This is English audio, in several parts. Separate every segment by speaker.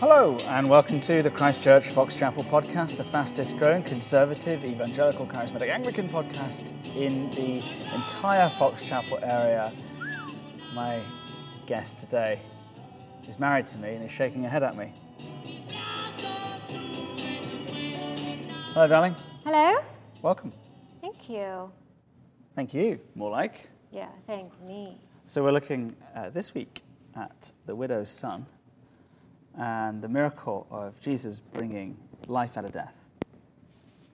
Speaker 1: Hello, and welcome to the Christchurch Fox Chapel podcast, the fastest growing conservative, evangelical, charismatic Anglican podcast in the entire Fox Chapel area. My guest today is married to me and is shaking her head at me. Hello, darling.
Speaker 2: Hello?
Speaker 1: Welcome.
Speaker 2: Thank you.
Speaker 1: Thank you. More like.
Speaker 2: Yeah, thank me.
Speaker 1: So, we're looking uh, this week at the widow's son and the miracle of Jesus bringing life out of death.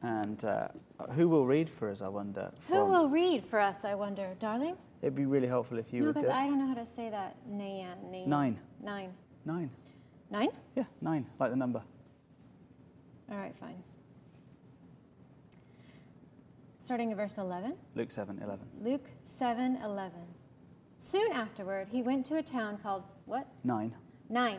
Speaker 1: And uh, who will read for us, I wonder?
Speaker 2: Who
Speaker 1: from-
Speaker 2: will read for us, I wonder, darling?
Speaker 1: It'd be really helpful if you
Speaker 2: no,
Speaker 1: would do
Speaker 2: because
Speaker 1: it.
Speaker 2: I don't know how to say that. Nayan, nayan.
Speaker 1: Nine.
Speaker 2: Nine.
Speaker 1: Nine.
Speaker 2: Nine?
Speaker 1: Yeah, nine, like the number.
Speaker 2: All right, fine. Starting at verse 11.
Speaker 1: Luke 7 11.
Speaker 2: Luke 7 11. Soon afterward, he went to a town called what?
Speaker 1: Nine.
Speaker 2: Nine.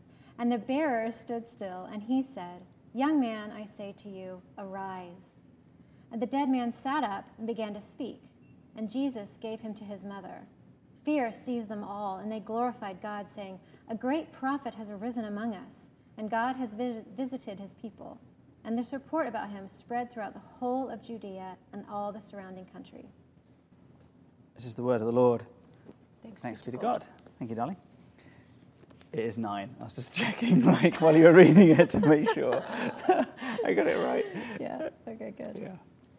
Speaker 2: And the bearer stood still, and he said, Young man, I say to you, arise. And the dead man sat up and began to speak, and Jesus gave him to his mother. Fear seized them all, and they glorified God, saying, A great prophet has arisen among us, and God has vis- visited his people. And this report about him spread throughout the whole of Judea and all the surrounding country.
Speaker 1: This is the word of the Lord.
Speaker 2: Thanks,
Speaker 1: Thanks be to God. Thank you, darling. It is nine. I was just checking, like, while you were reading it to make sure I got it right.
Speaker 2: Yeah. Okay, good.
Speaker 1: Yeah.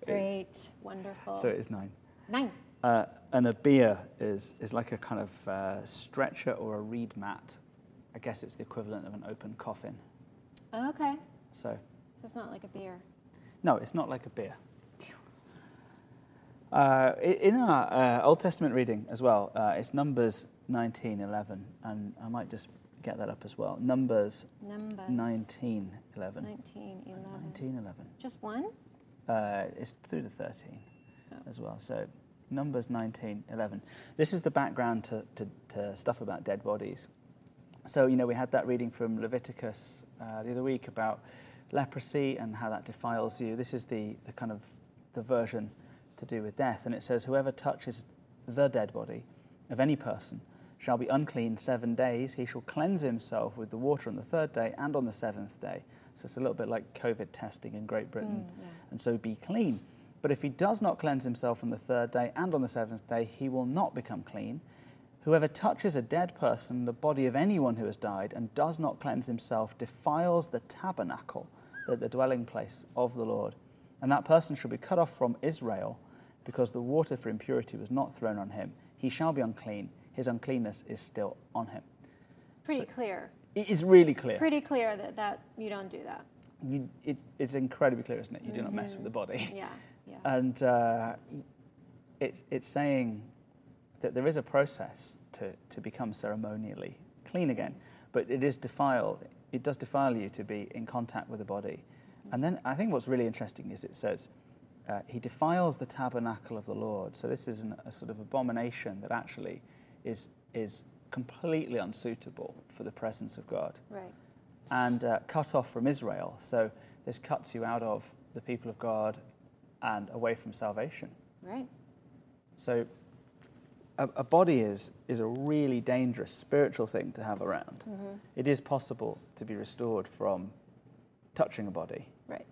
Speaker 2: Great. Wonderful.
Speaker 1: So it is nine.
Speaker 2: Nine.
Speaker 1: Uh, and a bier is, is like a kind of uh, stretcher or a reed mat. I guess it's the equivalent of an open coffin.
Speaker 2: Oh, okay.
Speaker 1: So,
Speaker 2: So it's not like a beer.
Speaker 1: no, it's not like a beer. Uh, i- in our uh, Old Testament reading as well, uh, it's Numbers 19 11, and I might just get that up as well. Numbers
Speaker 2: Numbers.
Speaker 1: 19 11.
Speaker 2: 19, 11.
Speaker 1: 19 11.
Speaker 2: Just one?
Speaker 1: Uh, it's through to 13
Speaker 2: Oh.
Speaker 1: as well. So Numbers 19, 11. This is the background to, to, to stuff about dead bodies. So, you know, we had that reading from Leviticus uh, the other week about leprosy and how that defiles you. This is the, the kind of the version to do with death. And it says, whoever touches the dead body of any person shall be unclean seven days. He shall cleanse himself with the water on the third day and on the seventh day. So it's a little bit like COVID testing in Great Britain
Speaker 2: Mm, yeah.
Speaker 1: and so be clean. But if he does not cleanse himself on the third day and on the seventh day, he will not become clean. Whoever touches a dead person, the body of anyone who has died, and does not cleanse himself, defiles the tabernacle, the, the dwelling place of the Lord. And that person shall be cut off from Israel, because the water for impurity was not thrown on him. He shall be unclean. His uncleanness is still on him.
Speaker 2: Pretty clear.
Speaker 1: It is really clear.
Speaker 2: Pretty clear that, that you don't do that.
Speaker 1: You, it, it's incredibly clear, isn't it? You do not mess with the body.
Speaker 2: Yeah, yeah.
Speaker 1: And uh, it's, it's saying that there is a process to, to become ceremonially clean again, but it is defiled. It does defile you to be in contact with the body. And then I think what's really interesting is it says, uh, he defiles the tabernacle of the Lord. So this is an, a sort of abomination that actually is, is completely unsuitable for the presence of God
Speaker 2: right.
Speaker 1: and uh, cut off from Israel. So this cuts you out of the people of God and away from salvation.
Speaker 2: Right.
Speaker 1: So a, a body is, is a really dangerous spiritual thing to have around. It is possible to be restored from touching a body,
Speaker 2: Right.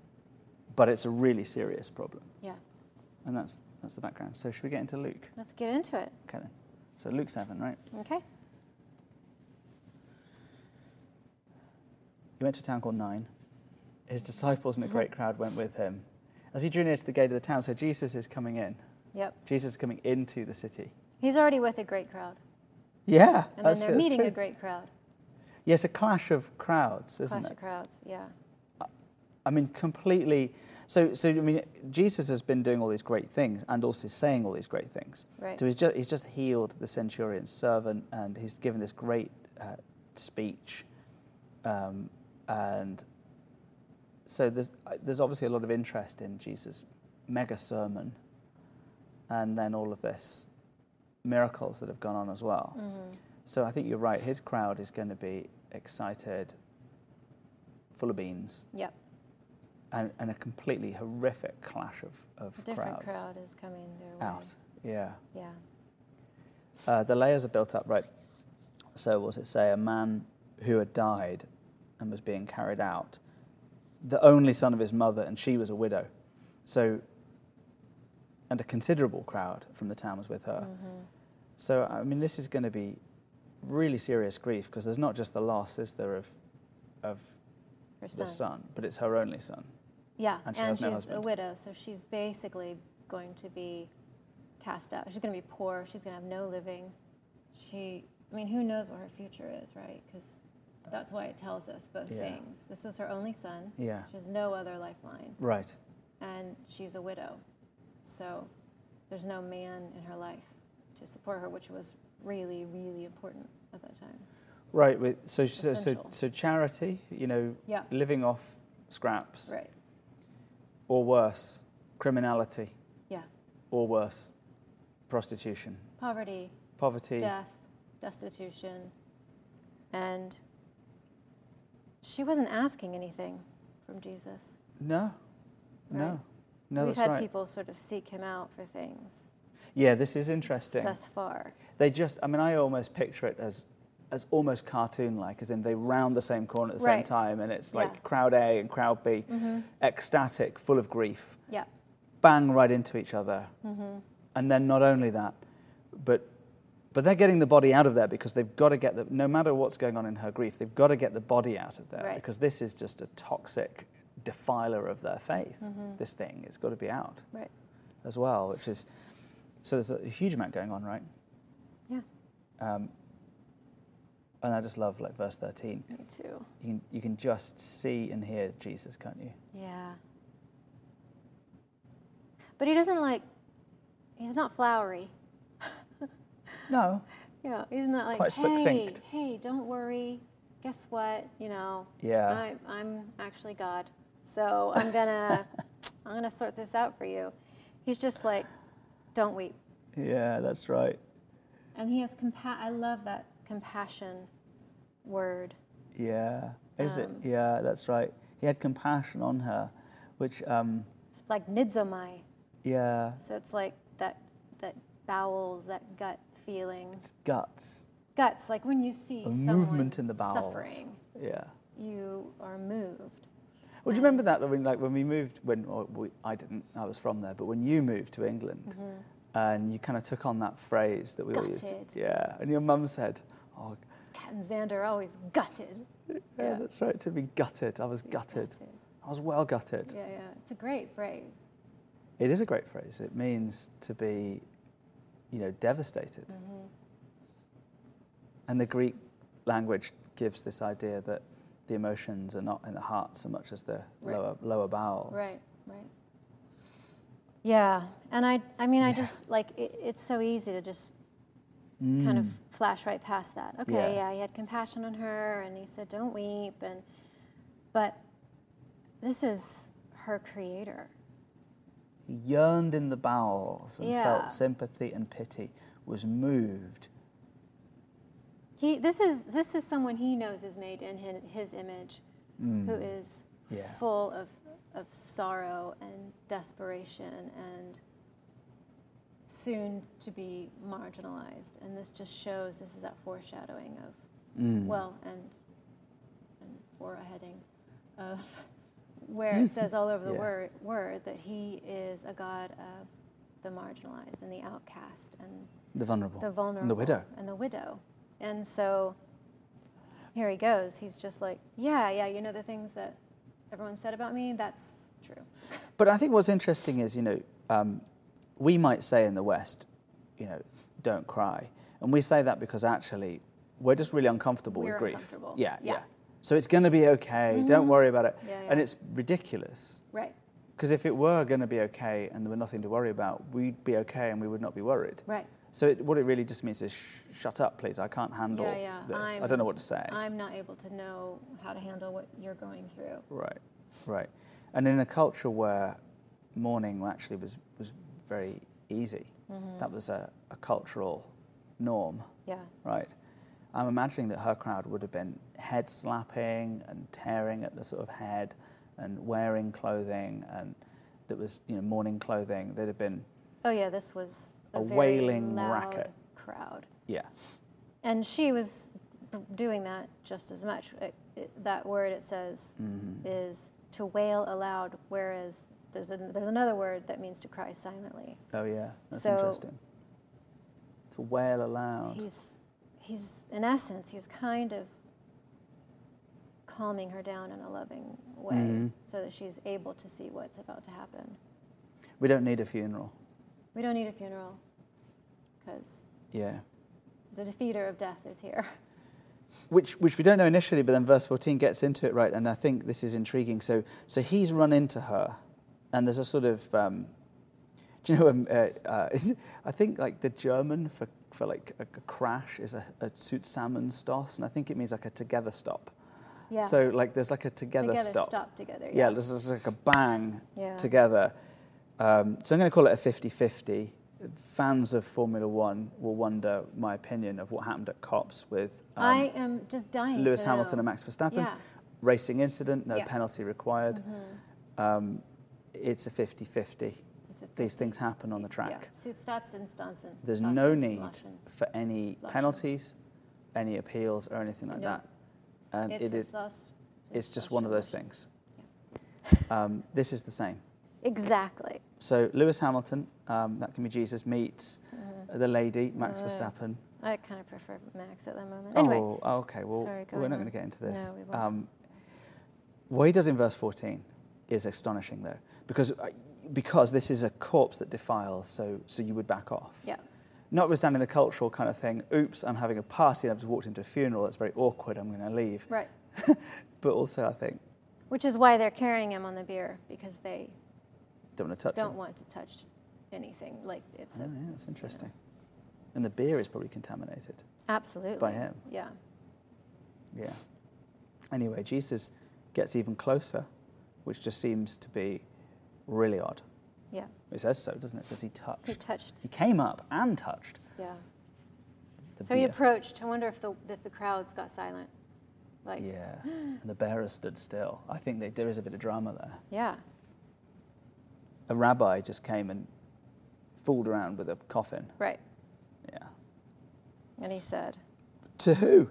Speaker 1: but it's a really serious problem.
Speaker 2: Yeah.
Speaker 1: And that's, that's the background. So should we get into Luke?
Speaker 2: Let's get into it.
Speaker 1: Okay then. So Luke 7, right?
Speaker 2: Okay.
Speaker 1: He went to a town called Nine. His disciples
Speaker 2: Mm-hmm.
Speaker 1: and a great crowd went with him. As he drew near to the gate of the town, so Jesus is coming in.
Speaker 2: Yep.
Speaker 1: Jesus is coming into the city.
Speaker 2: He's already with a great crowd.
Speaker 1: Yeah,
Speaker 2: And
Speaker 1: that's,
Speaker 2: then they're
Speaker 1: that's
Speaker 2: meeting
Speaker 1: true.
Speaker 2: a great crowd.
Speaker 1: Yeah, it's a clash of crowds, isn't
Speaker 2: Clash
Speaker 1: it?
Speaker 2: of crowds. Yeah.
Speaker 1: I mean, completely. So, so I mean, Jesus has been doing all these great things and also saying all these great things.
Speaker 2: Right.
Speaker 1: So he's just he's just healed the centurion's servant, and he's given this great uh, speech, um, and so there's, uh, there's obviously a lot of interest in Jesus' mega sermon and then all of this miracles that have gone on as well.
Speaker 2: Mm-hmm.
Speaker 1: So I think you're right. His crowd is going to be excited, full of beans,
Speaker 2: Yep.
Speaker 1: and, and a completely horrific clash of, of
Speaker 2: A different
Speaker 1: crowds
Speaker 2: crowd is coming their way.
Speaker 1: out. Yeah.
Speaker 2: Yeah.
Speaker 1: Uh, the layers are built up, right? So, what does it say? A man who had died and was being carried out, the only son of his mother, and she was a widow. So, and a considerable crowd from the town was with her.
Speaker 2: Mm. Mm-hmm.
Speaker 1: So, I mean, this is going to be really serious grief because there's not just the loss, is there, of, of
Speaker 2: Her son.
Speaker 1: the son, but it's her only son.
Speaker 2: Yeah.
Speaker 1: And she has no
Speaker 2: she's a
Speaker 1: husband.
Speaker 2: widow, so she's basically going to be cast out. She's going to be poor. She's going to have no living. She, I mean, who knows what her future is, right? Because that's why it tells us both
Speaker 1: Yeah.
Speaker 2: things. This was her only son.
Speaker 1: Yeah.
Speaker 2: She has no other lifeline,
Speaker 1: Right.
Speaker 2: and she's a widow. So there's no man in her life to support her, which was really, really important at that time.
Speaker 1: Right. With, so, so, so,
Speaker 2: Essential.
Speaker 1: so, charity, you know,
Speaker 2: Yeah.
Speaker 1: living off scraps.
Speaker 2: Right.
Speaker 1: or worse, criminality,
Speaker 2: Yeah.
Speaker 1: or worse, prostitution,
Speaker 2: Poverty,
Speaker 1: poverty.
Speaker 2: death, destitution, and she wasn't asking anything from Jesus.
Speaker 1: No,
Speaker 2: Right.
Speaker 1: no, no,
Speaker 2: We've
Speaker 1: that's
Speaker 2: had
Speaker 1: right.
Speaker 2: people sort of seek him out for things
Speaker 1: Yeah, this is interesting.
Speaker 2: thus far.
Speaker 1: They just, I mean, I almost picture it as, as almost cartoon like, as in they round the same corner at the same
Speaker 2: Right.
Speaker 1: time, and it's like
Speaker 2: Yeah.
Speaker 1: crowd A and crowd B, ecstatic, full of grief,
Speaker 2: Yeah, Mm-hmm.
Speaker 1: bang right into each other. And then not only that, but but they're getting the body out of there because they've got to get the no matter what's going on in her grief, they've got to get the body out of there
Speaker 2: Right.
Speaker 1: because this is just a toxic defiler of their faith. This thing, it's got to be out
Speaker 2: Mm-hmm. right.
Speaker 1: as well, which is so there's a huge amount going on, right?
Speaker 2: Yeah,
Speaker 1: Um, and I just love like verse 13.
Speaker 2: me too.
Speaker 1: You can you can just see and hear Jesus, can't you?
Speaker 2: Yeah. But he doesn't like, he's not flowery.
Speaker 1: No.
Speaker 2: Yeah, he's not
Speaker 1: It's
Speaker 2: like,
Speaker 1: quite
Speaker 2: hey,
Speaker 1: succinct.
Speaker 2: hey, don't worry. Guess what? You know,
Speaker 1: Yeah.
Speaker 2: I, I'm actually God, so I'm gonna, I'm gonna sort this out for you. He's just like, don't weep,
Speaker 1: Yeah, that's right.
Speaker 2: and he has compa- I love that compassion word.
Speaker 1: Yeah, is
Speaker 2: Um,
Speaker 1: it? Yeah, that's right. He had compassion on her, which, um,
Speaker 2: It's like nidzomai,
Speaker 1: yeah,
Speaker 2: so it's like that, that bowels, that gut feeling,
Speaker 1: it's guts,
Speaker 2: guts. Like when you see
Speaker 1: a
Speaker 2: someone
Speaker 1: movement in the bowels.
Speaker 2: suffering,
Speaker 1: Yeah.
Speaker 2: you are moved.
Speaker 1: Well, do
Speaker 2: Um.
Speaker 1: you remember that? When, like when we moved, when or we, I didn't, I was from there, but when you moved to England, and you kind of took on that phrase that we all used.
Speaker 2: Mm-hmm. Gutted.
Speaker 1: To, yeah, and your mum said, "Oh,
Speaker 2: Cat and Xander are always gutted.
Speaker 1: yeah,
Speaker 2: Yeah.
Speaker 1: that's right, to be gutted. I was gutted. I was well gutted."
Speaker 2: Yeah, yeah. It's a great phrase.
Speaker 1: It is a great phrase. It means to be, you know, devastated.
Speaker 2: Mm-hmm.
Speaker 1: And the Greek language gives this idea that the emotions are not in the heart so much as the
Speaker 2: Right.
Speaker 1: lower lower bowels.
Speaker 2: Right, right. Yeah, and I, I mean, I
Speaker 1: Yeah.
Speaker 2: just like it, it's so easy to just
Speaker 1: Mm.
Speaker 2: kind of flash right past that. Okay, yeah.
Speaker 1: Yeah.
Speaker 2: he had compassion on her, and he said, "Don't weep," and but this is her creator.
Speaker 1: He yearned in the bowels and
Speaker 2: Yeah.
Speaker 1: felt sympathy and pity, was moved.
Speaker 2: He, this is this is someone he knows is made in his, his image, who is
Speaker 1: Mm. Yeah.
Speaker 2: full of of sorrow and desperation and soon to be marginalized. And this just shows this is that foreshadowing of
Speaker 1: Mm.
Speaker 2: well and and foreheading of where it says all over the
Speaker 1: Yeah.
Speaker 2: word word that he is a god of the marginalized and the outcast and
Speaker 1: The vulnerable.
Speaker 2: the vulnerable
Speaker 1: And the widow.
Speaker 2: and the widow and so here he goes he's just like yeah yeah you know the things that everyone said about me that's true
Speaker 1: But I think what's interesting is, you know, um, we might say in the West, you know, don't cry. And we say that because actually we're just really uncomfortable
Speaker 2: We're
Speaker 1: with grief.
Speaker 2: uncomfortable.
Speaker 1: Yeah,
Speaker 2: Yeah. Mm-hmm.
Speaker 1: yeah, So it's going to be okay. Don't worry about it.
Speaker 2: Yeah,
Speaker 1: And
Speaker 2: yeah.
Speaker 1: it's ridiculous.
Speaker 2: right
Speaker 1: Because if it were going to be okay and there were nothing to worry about, we'd be okay and we would not be worried.
Speaker 2: right
Speaker 1: So it, what it really just means is sh- shut up, please. I can't handle
Speaker 2: yeah yeah
Speaker 1: this. I
Speaker 2: I'm-
Speaker 1: don't know what to say.
Speaker 2: i'm not able to know how to handle what you're going through
Speaker 1: right. Right. And in a culture where mourning actually was, was very easy, that was a, a cultural norm,
Speaker 2: Yeah.
Speaker 1: right? I'm imagining that her crowd would have been head slapping and tearing at the sort of head and wearing clothing and that was, you know, mourning clothing. They'd have been,
Speaker 2: Oh yeah, this was a,
Speaker 1: A
Speaker 2: very
Speaker 1: wailing
Speaker 2: loud
Speaker 1: racket.
Speaker 2: crowd,
Speaker 1: yeah,
Speaker 2: and she was b- doing that just as much. It- it- that word it says
Speaker 1: mm-hmm.
Speaker 2: is to wail aloud, whereas there's an, there's another word that means to cry silently.
Speaker 1: oh yeah, that's
Speaker 2: So-
Speaker 1: interesting. To wail aloud.
Speaker 2: He's he's in essence he's kind of calming her down in a loving way
Speaker 1: Mhm.
Speaker 2: so that she's able to see what's about to happen.
Speaker 1: We don't need a funeral.
Speaker 2: We don't need a funeral because
Speaker 1: Yeah.
Speaker 2: the defeater of death is here.
Speaker 1: which which we don't know initially, but then verse 14 gets into it right, and I think this is intriguing. So so he's run into her, and there's a sort of um, do you know? Um, uh, uh, I think like the German for for like a, a crash is a, a Zusammenstoss, and I think it means like a together stop.
Speaker 2: Yeah.
Speaker 1: So like there's like a together,
Speaker 2: together
Speaker 1: stop.
Speaker 2: together.
Speaker 1: Yeah, there's there's like a bang
Speaker 2: Yeah.
Speaker 1: together. Um, so I'm going to call it a 50 50. Fans of Formula One will wonder my opinion of what happened at COPS with um,
Speaker 2: I am just dying.
Speaker 1: Lewis
Speaker 2: to
Speaker 1: Hamilton and
Speaker 2: know.
Speaker 1: Max Verstappen.
Speaker 2: um, Yeah. Mm-hmm.
Speaker 1: Racing incident, no
Speaker 2: Yeah.
Speaker 1: penalty required. Um, it's a 50 50.
Speaker 2: It's a-
Speaker 1: These things happen on the track.
Speaker 2: Yeah. Suits, stats, and stunts, and
Speaker 1: There's
Speaker 2: stunts
Speaker 1: no
Speaker 2: and
Speaker 1: need
Speaker 2: lotion.
Speaker 1: for any
Speaker 2: Lotion.
Speaker 1: penalties, any appeals, or anything like
Speaker 2: No.
Speaker 1: that. And
Speaker 2: It's
Speaker 1: it
Speaker 2: a
Speaker 1: is,
Speaker 2: sus-
Speaker 1: it's
Speaker 2: a
Speaker 1: just one of
Speaker 2: lotion.
Speaker 1: those things. Um, this is the same.
Speaker 2: Exactly.
Speaker 1: So, Lewis Hamilton, um, that can be Jesus, meets
Speaker 2: Mm-hmm.
Speaker 1: the lady, Max
Speaker 2: Uh,
Speaker 1: Verstappen.
Speaker 2: I kind of prefer Max at the moment. Anyway,
Speaker 1: oh, okay. Well,
Speaker 2: sorry, go
Speaker 1: we're not
Speaker 2: on.
Speaker 1: going to get into this.
Speaker 2: No, we won't.
Speaker 1: Um, what he does in verse 14 is astonishing, though, because uh, because this is a corpse that defiles, so so you would back off.
Speaker 2: yeah,
Speaker 1: Notwithstanding the cultural kind of thing, oops, I'm having a party and I've just walked into a funeral. That's very awkward. I'm going to leave.
Speaker 2: right.
Speaker 1: But also, I think
Speaker 2: Which is why they're carrying him on the beer because they
Speaker 1: don't want to touch
Speaker 2: don't
Speaker 1: him.
Speaker 2: want to touch anything. Like it's
Speaker 1: Oh,
Speaker 2: a,
Speaker 1: yeah, that's interesting. And the beer is probably contaminated.
Speaker 2: absolutely
Speaker 1: Mm-hmm. By him.
Speaker 2: Yeah,
Speaker 1: Yeah. Anyway, Jesus gets even closer, which just seems to be really odd.
Speaker 2: yeah.
Speaker 1: It says so, doesn't it? It says he
Speaker 2: He
Speaker 1: touched.
Speaker 2: touched.
Speaker 1: He came up and touched
Speaker 2: Yeah.
Speaker 1: the
Speaker 2: So he
Speaker 1: beer.
Speaker 2: approached. I wonder if the if the crowds got silent. Like
Speaker 1: yeah, and the bearers stood still. I think they, there is a bit of drama there.
Speaker 2: yeah.
Speaker 1: A rabbi just came and fooled around with a coffin.
Speaker 2: right.
Speaker 1: Yeah.
Speaker 2: And he said,
Speaker 1: To who?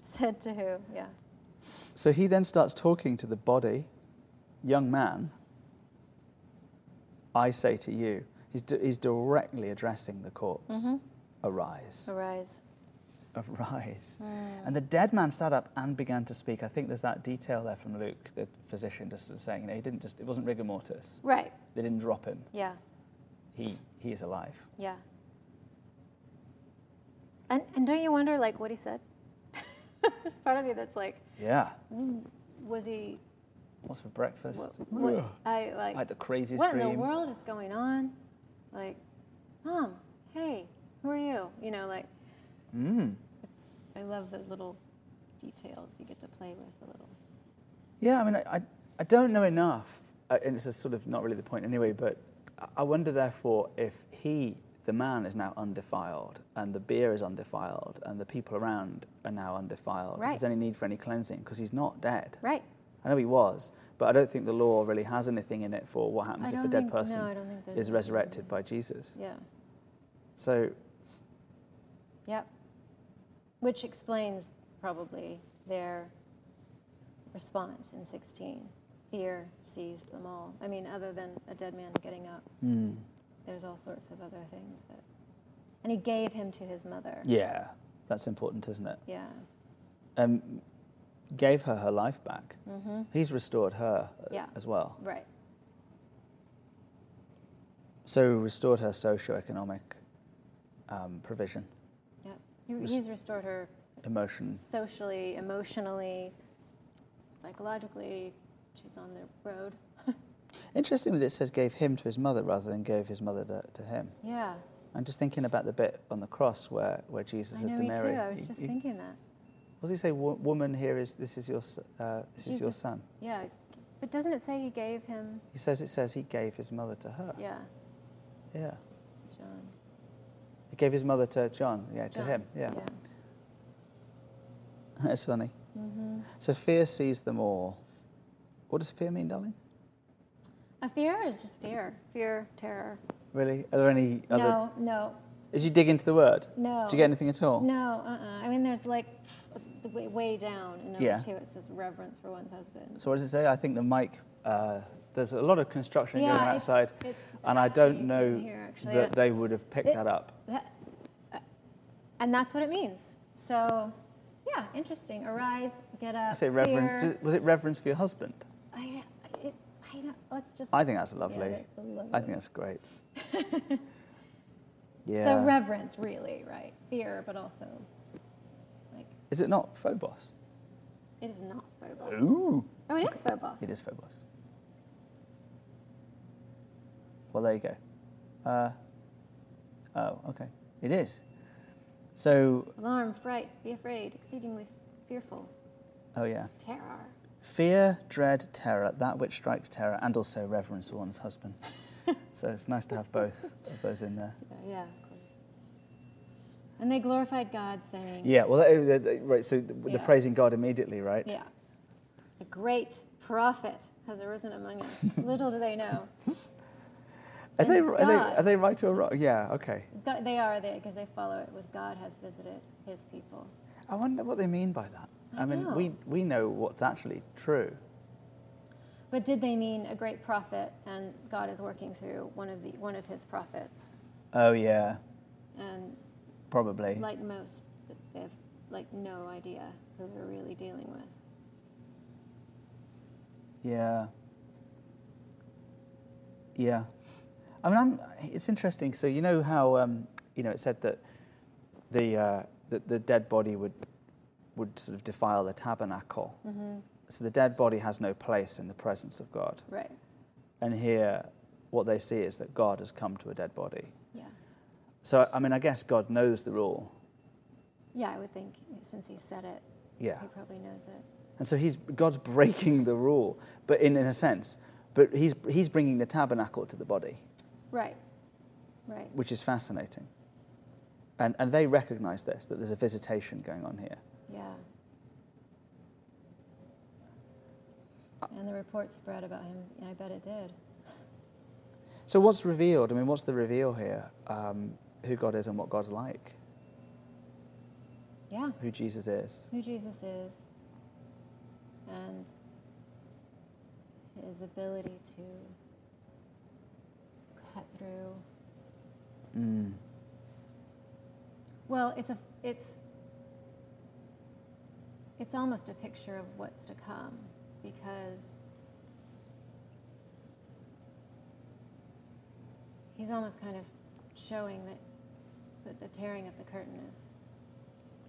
Speaker 2: said to who? Yeah.
Speaker 1: So he then starts talking to the body. Young man, I say to you, he's, d- he's directly addressing the
Speaker 2: Mm-hmm.
Speaker 1: corpse. Arise.
Speaker 2: Arise.
Speaker 1: arise. And the dead man sat up and began to speak. I think there's that detail there from Luke, the physician, just sort of saying, you know, he didn't just, it wasn't rigor mortis.
Speaker 2: Right.
Speaker 1: They didn't drop him.
Speaker 2: Yeah.
Speaker 1: He, he is alive.
Speaker 2: Yeah. And and don't you wonder like what he said? There's part of you that's like,
Speaker 1: Yeah.
Speaker 2: was he?
Speaker 1: What's for breakfast?
Speaker 2: What, what-
Speaker 1: Ugh.
Speaker 2: I
Speaker 1: I
Speaker 2: like.
Speaker 1: had the craziest
Speaker 2: what in
Speaker 1: dream.
Speaker 2: the world is going on? Like, mom, hey, who are you? You know, like,
Speaker 1: Mm.
Speaker 2: it's, I love those little details you get to play with a little.
Speaker 1: Yeah, I mean, I, I, I don't know enough, uh, and it's a sort of not really the point anyway, but I- I wonder, therefore, if he, the man, is now undefiled, and the beer is undefiled, and the people around are now undefiled. if
Speaker 2: Right.
Speaker 1: There's any need for any cleansing because he's not dead.
Speaker 2: Right.
Speaker 1: I know he was, but I don't think the law really has anything in it for what happens if
Speaker 2: I
Speaker 1: a
Speaker 2: don't
Speaker 1: dead
Speaker 2: think-
Speaker 1: person
Speaker 2: no, I don't think there's
Speaker 1: is
Speaker 2: anything.
Speaker 1: resurrected by Jesus.
Speaker 2: Yeah.
Speaker 1: So,
Speaker 2: Yep. Which explains probably their response in 16. Fear seized them all. I mean, other than a dead man getting up,
Speaker 1: mm,
Speaker 2: there's all sorts of other things that. And he gave him to his mother.
Speaker 1: yeah, that's important, isn't it?
Speaker 2: Yeah.
Speaker 1: Um, gave her her life back.
Speaker 2: Mm-hmm.
Speaker 1: He's restored her uh,
Speaker 2: Yeah.
Speaker 1: as well.
Speaker 2: Right.
Speaker 1: So restored her socioeconomic um, provision,
Speaker 2: He-
Speaker 1: Res-
Speaker 2: He's restored her
Speaker 1: emotion.
Speaker 2: socially, emotionally, psychologically. She's on the road.
Speaker 1: Interesting that it says gave him to his mother rather than gave his mother to, to him.
Speaker 2: Yeah.
Speaker 1: I'm just thinking about the bit on the cross where, where Jesus
Speaker 2: I
Speaker 1: says
Speaker 2: know,
Speaker 1: to
Speaker 2: me
Speaker 1: Mary,
Speaker 2: too. I was
Speaker 1: "You-
Speaker 2: just
Speaker 1: you-
Speaker 2: thinking that.
Speaker 1: What does he say? Wo- Woman, here is this is your s- uh, this is your
Speaker 2: Jesus.
Speaker 1: son.
Speaker 2: Yeah. But doesn't it say he gave him?
Speaker 1: He says it says he gave his mother to her.
Speaker 2: Yeah,
Speaker 1: Yeah.
Speaker 2: John.
Speaker 1: He gave his mother to John. Yeah, to
Speaker 2: John,
Speaker 1: him. Yeah. That's funny.
Speaker 2: Mhm.
Speaker 1: So fear sees them all. What does fear mean, darling?
Speaker 2: A fear is just fear. Fear, terror.
Speaker 1: Really? Are there any other?
Speaker 2: No, no,
Speaker 1: As you dig into the word,
Speaker 2: no.
Speaker 1: do you get anything at all?
Speaker 2: No, uh-uh. I mean, there's like the way, way down in number
Speaker 1: Yeah.
Speaker 2: two, it says reverence for one's husband.
Speaker 1: So what does it say? I think the mic. Uh, there's a lot of construction
Speaker 2: Yeah,
Speaker 1: going on
Speaker 2: it's-
Speaker 1: outside,
Speaker 2: It's
Speaker 1: and I
Speaker 2: in
Speaker 1: don't know
Speaker 2: here, actually.
Speaker 1: that they would have picked
Speaker 2: It-
Speaker 1: that up.
Speaker 2: That- uh, and that's what it means. So, yeah, interesting. Arise, get up.
Speaker 1: I say reverence.
Speaker 2: fear.
Speaker 1: Was it reverence for your husband?
Speaker 2: I, it, I don't, let's just.
Speaker 1: I think that's lovely.
Speaker 2: Yeah, that's a lovely.
Speaker 1: I think that's great. yeah.
Speaker 2: So reverence, really, right? Fear, but also, like,
Speaker 1: is it not Phobos?
Speaker 2: it is not phobos.
Speaker 1: Ooh.
Speaker 2: Oh, it is phobos.
Speaker 1: It is Phobos. Well, there you go. Uh, oh, okay. It is. So,
Speaker 2: Alarm, fright, be afraid, exceedingly fearful,
Speaker 1: oh yeah.
Speaker 2: terror.
Speaker 1: Fear, dread, terror, that which strikes terror, and also reverence for one's husband. so it's nice to have both of those in there.
Speaker 2: Yeah, yeah, of course. And they glorified God, saying,
Speaker 1: Yeah, well, that- that- right, so the, the
Speaker 2: Yeah.
Speaker 1: praising God immediately, right?
Speaker 2: Yeah. A great prophet has arisen among us. Little do they know.
Speaker 1: Are, they,
Speaker 2: And
Speaker 1: are, they,
Speaker 2: God.
Speaker 1: are they right or wrong? Yeah, okay.
Speaker 2: God, they are there because they follow it with God has visited his people.
Speaker 1: I wonder what they mean by that.
Speaker 2: I
Speaker 1: mean,
Speaker 2: know.
Speaker 1: We, we know what's actually true.
Speaker 2: But did they mean a great prophet and God is working through one of the one of his prophets?
Speaker 1: Oh, yeah,
Speaker 2: And
Speaker 1: probably.
Speaker 2: like most, they have like no idea who they're really dealing with.
Speaker 1: Yeah. Yeah. I mean, I'm, it's interesting. So you know how um, you know it said that the, uh, the the dead body would would sort of defile the tabernacle.
Speaker 2: Mm-hmm.
Speaker 1: So the dead body has no place in the presence of God.
Speaker 2: Right.
Speaker 1: And here, what they see is that God has come to a dead body.
Speaker 2: Yeah.
Speaker 1: So I mean, I guess God knows the rule.
Speaker 2: Yeah, I would think since he said it,
Speaker 1: Yeah.
Speaker 2: he probably knows it.
Speaker 1: And so he's God's breaking the rule, but in, in a sense, but he's he's bringing the tabernacle to the body.
Speaker 2: Right. Right.
Speaker 1: which is fascinating. And, and they recognize this, that there's a visitation going on here.
Speaker 2: Yeah. And the report spread about him. I bet it did.
Speaker 1: So, what's revealed? I mean, what's the reveal here? Um, who God is and what God's like,
Speaker 2: Yeah.
Speaker 1: who Jesus is.
Speaker 2: Who Jesus is and his ability to cut through.
Speaker 1: Mm.
Speaker 2: Well, it's a it's it's almost a picture of what's to come because he's almost kind of showing that that the tearing of the curtain is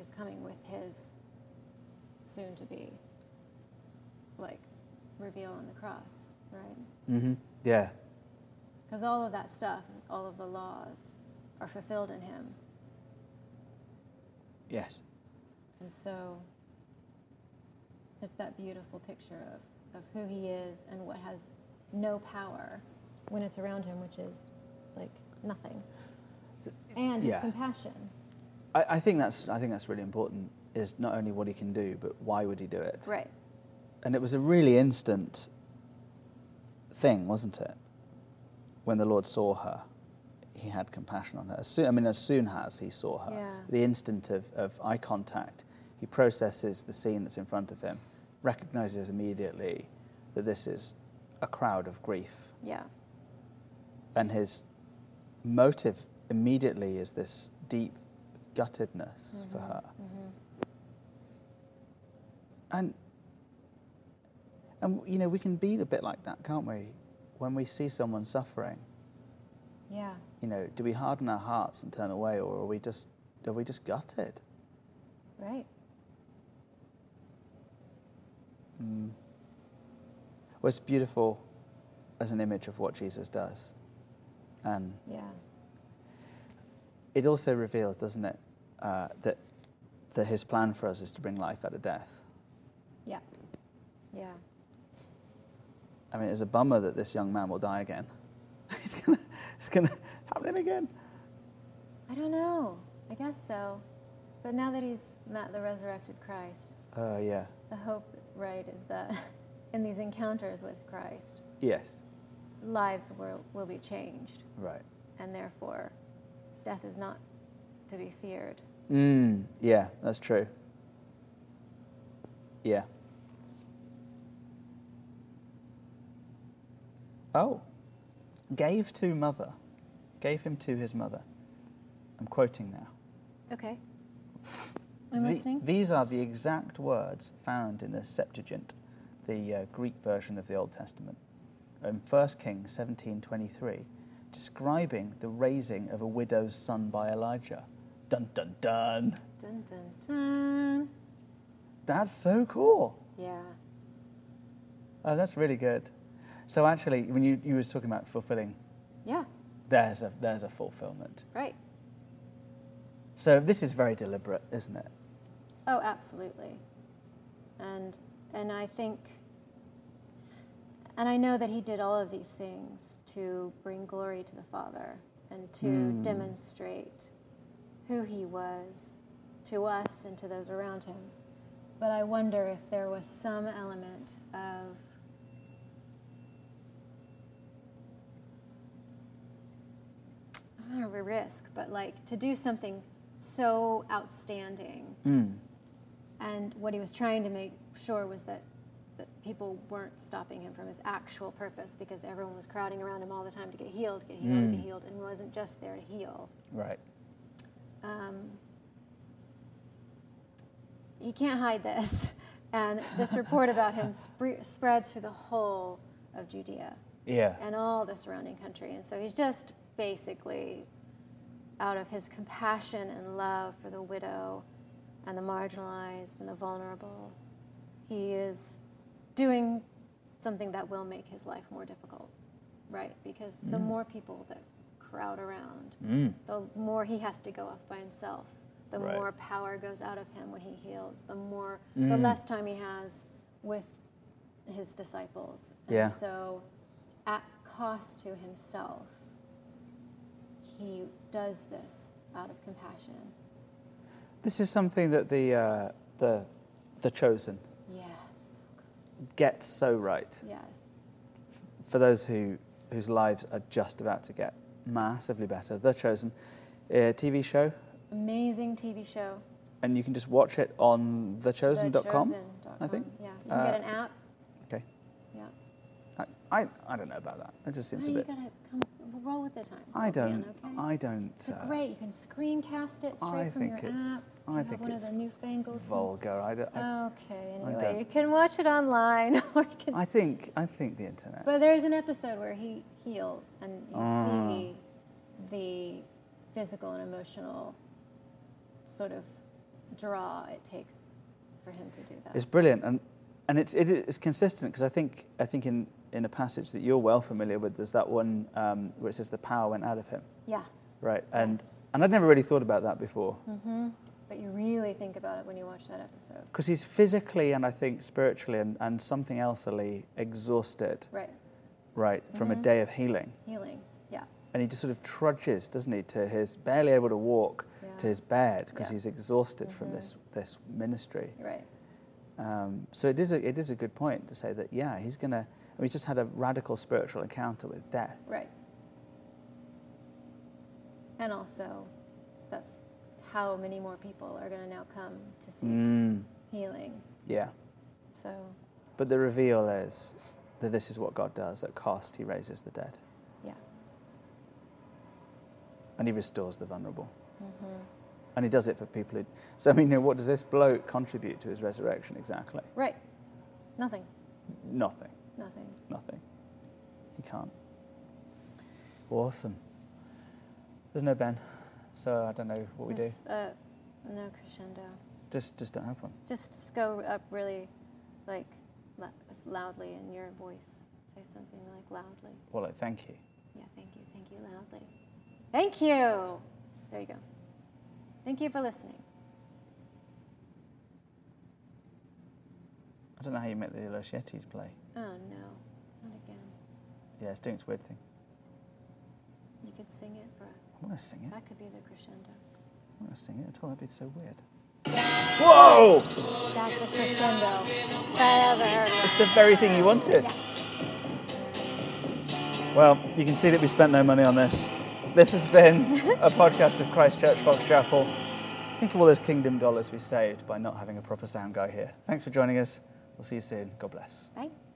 Speaker 2: is coming with his soon to be like reveal on the cross, right?
Speaker 1: hmm Yeah.
Speaker 2: Because all of that stuff, all of the laws are fulfilled in him.
Speaker 1: Yes.
Speaker 2: And so it's that beautiful picture of, of who he is and what has no power when it's around him, which is like nothing. And
Speaker 1: Yeah.
Speaker 2: his compassion.
Speaker 1: I, I, think that's, I think that's really important, is not only what he can do, but why would he do it?
Speaker 2: Right.
Speaker 1: And it was a really instant thing, wasn't it? When the Lord saw her, he had compassion on her. As soon, I mean, as soon as he saw her,
Speaker 2: Yeah.
Speaker 1: the instant of, of eye contact, he processes the scene that's in front of him, recognizes immediately that this is a crowd of grief.
Speaker 2: Yeah.
Speaker 1: And his motive immediately is this deep guttedness
Speaker 2: Mm-hmm.
Speaker 1: for her. And and you know, we can be a bit like that, can't we? When we see someone suffering,
Speaker 2: Yeah.
Speaker 1: you know, do we harden our hearts and turn away, or are we just are we just gutted?
Speaker 2: Right.
Speaker 1: Mm. Well, it's beautiful as an image of what Jesus does, and
Speaker 2: Yeah.
Speaker 1: it also reveals, doesn't it, uh, that that His plan for us is to bring life out of death.
Speaker 2: Yeah.
Speaker 1: I mean, it's a bummer that this young man will die again. it's gonna, it's gonna happen again.
Speaker 2: I don't know. I guess so. But now that he's met the resurrected Christ,
Speaker 1: Oh yeah,
Speaker 2: the hope, right, is that in these encounters with Christ,
Speaker 1: yes,
Speaker 2: lives will, will be changed,
Speaker 1: right.
Speaker 2: and therefore death is not to be feared.
Speaker 1: Mm, yeah, that's true. Yeah. Oh, gave to mother, gave him to his mother. I'm quoting now.
Speaker 2: Okay. I'm
Speaker 1: The-
Speaker 2: listening.
Speaker 1: These are the exact words found in the Septuagint, the uh, Greek version of the Old Testament, in 1 Kings 17:23, describing the raising of a widow's son by Elijah. Dun dun dun.
Speaker 2: Dun dun dun.
Speaker 1: That's so cool.
Speaker 2: Yeah.
Speaker 1: Oh, that's really good. So actually, when you you was talking about fulfilling,
Speaker 2: Yeah.
Speaker 1: there's a there's a fulfillment.
Speaker 2: Right.
Speaker 1: So this is very deliberate, isn't it?
Speaker 2: Oh, absolutely. And and I think and I know that he did all of these things to bring glory to the Father and to
Speaker 1: Mm.
Speaker 2: demonstrate who he was to us and to those around him. But I wonder if there was some element of I don't know, a risk, but like to do something so outstanding
Speaker 1: Mm.
Speaker 2: and what he was trying to make sure was that, that people weren't stopping him from his actual purpose because everyone was crowding around him all the time to get healed, get healed,
Speaker 1: Mm.
Speaker 2: get healed, and he wasn't just there to heal.
Speaker 1: Right.
Speaker 2: Um, he can't hide this. And this report about him spre- spreads through the whole of Judea
Speaker 1: Yeah.
Speaker 2: and all the surrounding country. And so he's just basically, out of his compassion and love for the widow and the marginalized and the vulnerable, he is doing something that will make his life more difficult, right? Because the more people that crowd around,
Speaker 1: Mm.
Speaker 2: the more he has to go off by himself, the
Speaker 1: Right.
Speaker 2: more power goes out of him when he heals, the more the
Speaker 1: Mm.
Speaker 2: less time he has with his disciples. And
Speaker 1: Yeah.
Speaker 2: so at cost to himself, he does this out of compassion.
Speaker 1: This is something that the uh, the the chosen
Speaker 2: Yes.
Speaker 1: gets so right.
Speaker 2: Yes.
Speaker 1: For those who whose lives are just about to get massively better, the chosen uh, TV show,
Speaker 2: Amazing TV show.
Speaker 1: and you can just watch it on thechosen.com. I think.
Speaker 2: Yeah. You can get
Speaker 1: Uh,
Speaker 2: an app.
Speaker 1: okay.
Speaker 2: Yeah.
Speaker 1: I, I I don't know about that. It just seems a
Speaker 2: Oh, you
Speaker 1: bit.
Speaker 2: gotta come roll with the times.
Speaker 1: I
Speaker 2: Olivia,
Speaker 1: don't.
Speaker 2: okay?
Speaker 1: I don't.
Speaker 2: It's
Speaker 1: uh,
Speaker 2: great. You can screencast it straight
Speaker 1: I
Speaker 2: from
Speaker 1: think
Speaker 2: your
Speaker 1: it's.
Speaker 2: app. You
Speaker 1: I
Speaker 2: have
Speaker 1: think
Speaker 2: one
Speaker 1: it's
Speaker 2: of the newfangled.
Speaker 1: vulgar. I, don't- I,
Speaker 2: Uh, Okay.
Speaker 1: I
Speaker 2: Anyway,
Speaker 1: don't-
Speaker 2: you can watch it online, or you can.
Speaker 1: I think. I think the internet.
Speaker 2: but there's an episode where he heals, and you
Speaker 1: Ah.
Speaker 2: see the physical and emotional sort of draw it takes for him to do that.
Speaker 1: It's brilliant, and and it's it is consistent because I think I think in in a passage that you're well familiar with, there's that one um, where it says the power went out of him,
Speaker 2: yeah.
Speaker 1: right? And
Speaker 2: Yes.
Speaker 1: and I'd never really thought about that before
Speaker 2: Mhm. But you really think about it when you watch that episode,
Speaker 1: because he's physically and I think spiritually and, and something elsely exhausted,
Speaker 2: right?
Speaker 1: right, from a
Speaker 2: Mhm.
Speaker 1: day of healing,
Speaker 2: Healing. Yeah.
Speaker 1: and he just sort of trudges, doesn't he, to his barely able to walk
Speaker 2: Yeah.
Speaker 1: to his bed because
Speaker 2: Yeah.
Speaker 1: he's exhausted from
Speaker 2: Mhm.
Speaker 1: this this ministry.
Speaker 2: You're right.
Speaker 1: Um, so it is, a, it is a good point to say that, yeah, he's going to, I mean, he's just had a radical spiritual encounter with death.
Speaker 2: Right. And also, that's how many more people are going to now come to seek
Speaker 1: Mm,
Speaker 2: healing.
Speaker 1: yeah.
Speaker 2: So,
Speaker 1: But the reveal is that this is what God does. At cost, he raises the dead
Speaker 2: yeah.
Speaker 1: and he restores the vulnerable.
Speaker 2: hmm
Speaker 1: And he does it for people who. So, I mean, you know, what does this bloke contribute to his resurrection exactly?
Speaker 2: Right. Nothing.
Speaker 1: Nothing.
Speaker 2: Nothing.
Speaker 1: Nothing. He can't. Awesome. There's no Ben, so I don't know what we do.
Speaker 2: There's, Uh, no crescendo.
Speaker 1: Just, just don't have one.
Speaker 2: Just, just go up really, like, lo- loudly in your voice. Say something like loudly.
Speaker 1: Well, like, thank you.
Speaker 2: Yeah, thank you. Thank you loudly. Thank you. There you go. Thank you for listening.
Speaker 1: I don't know how you make the Los Yetis play.
Speaker 2: Oh no. Not
Speaker 1: Yeah, it's doing its weird thing.
Speaker 2: You could sing it for us.
Speaker 1: I want to sing it.
Speaker 2: That could be the crescendo.
Speaker 1: I want to sing it at all. That'd be so weird. Whoa!
Speaker 2: That's a crescendo. If I ever heard one.
Speaker 1: It's the very thing you wanted. Well, you can see that we spent no money on this. This has been a podcast of Christchurch Fox Chapel. Think of all those kingdom dollars we saved by not having a proper sound guy here. Thanks for joining us. We'll see you soon. God bless.
Speaker 2: Right?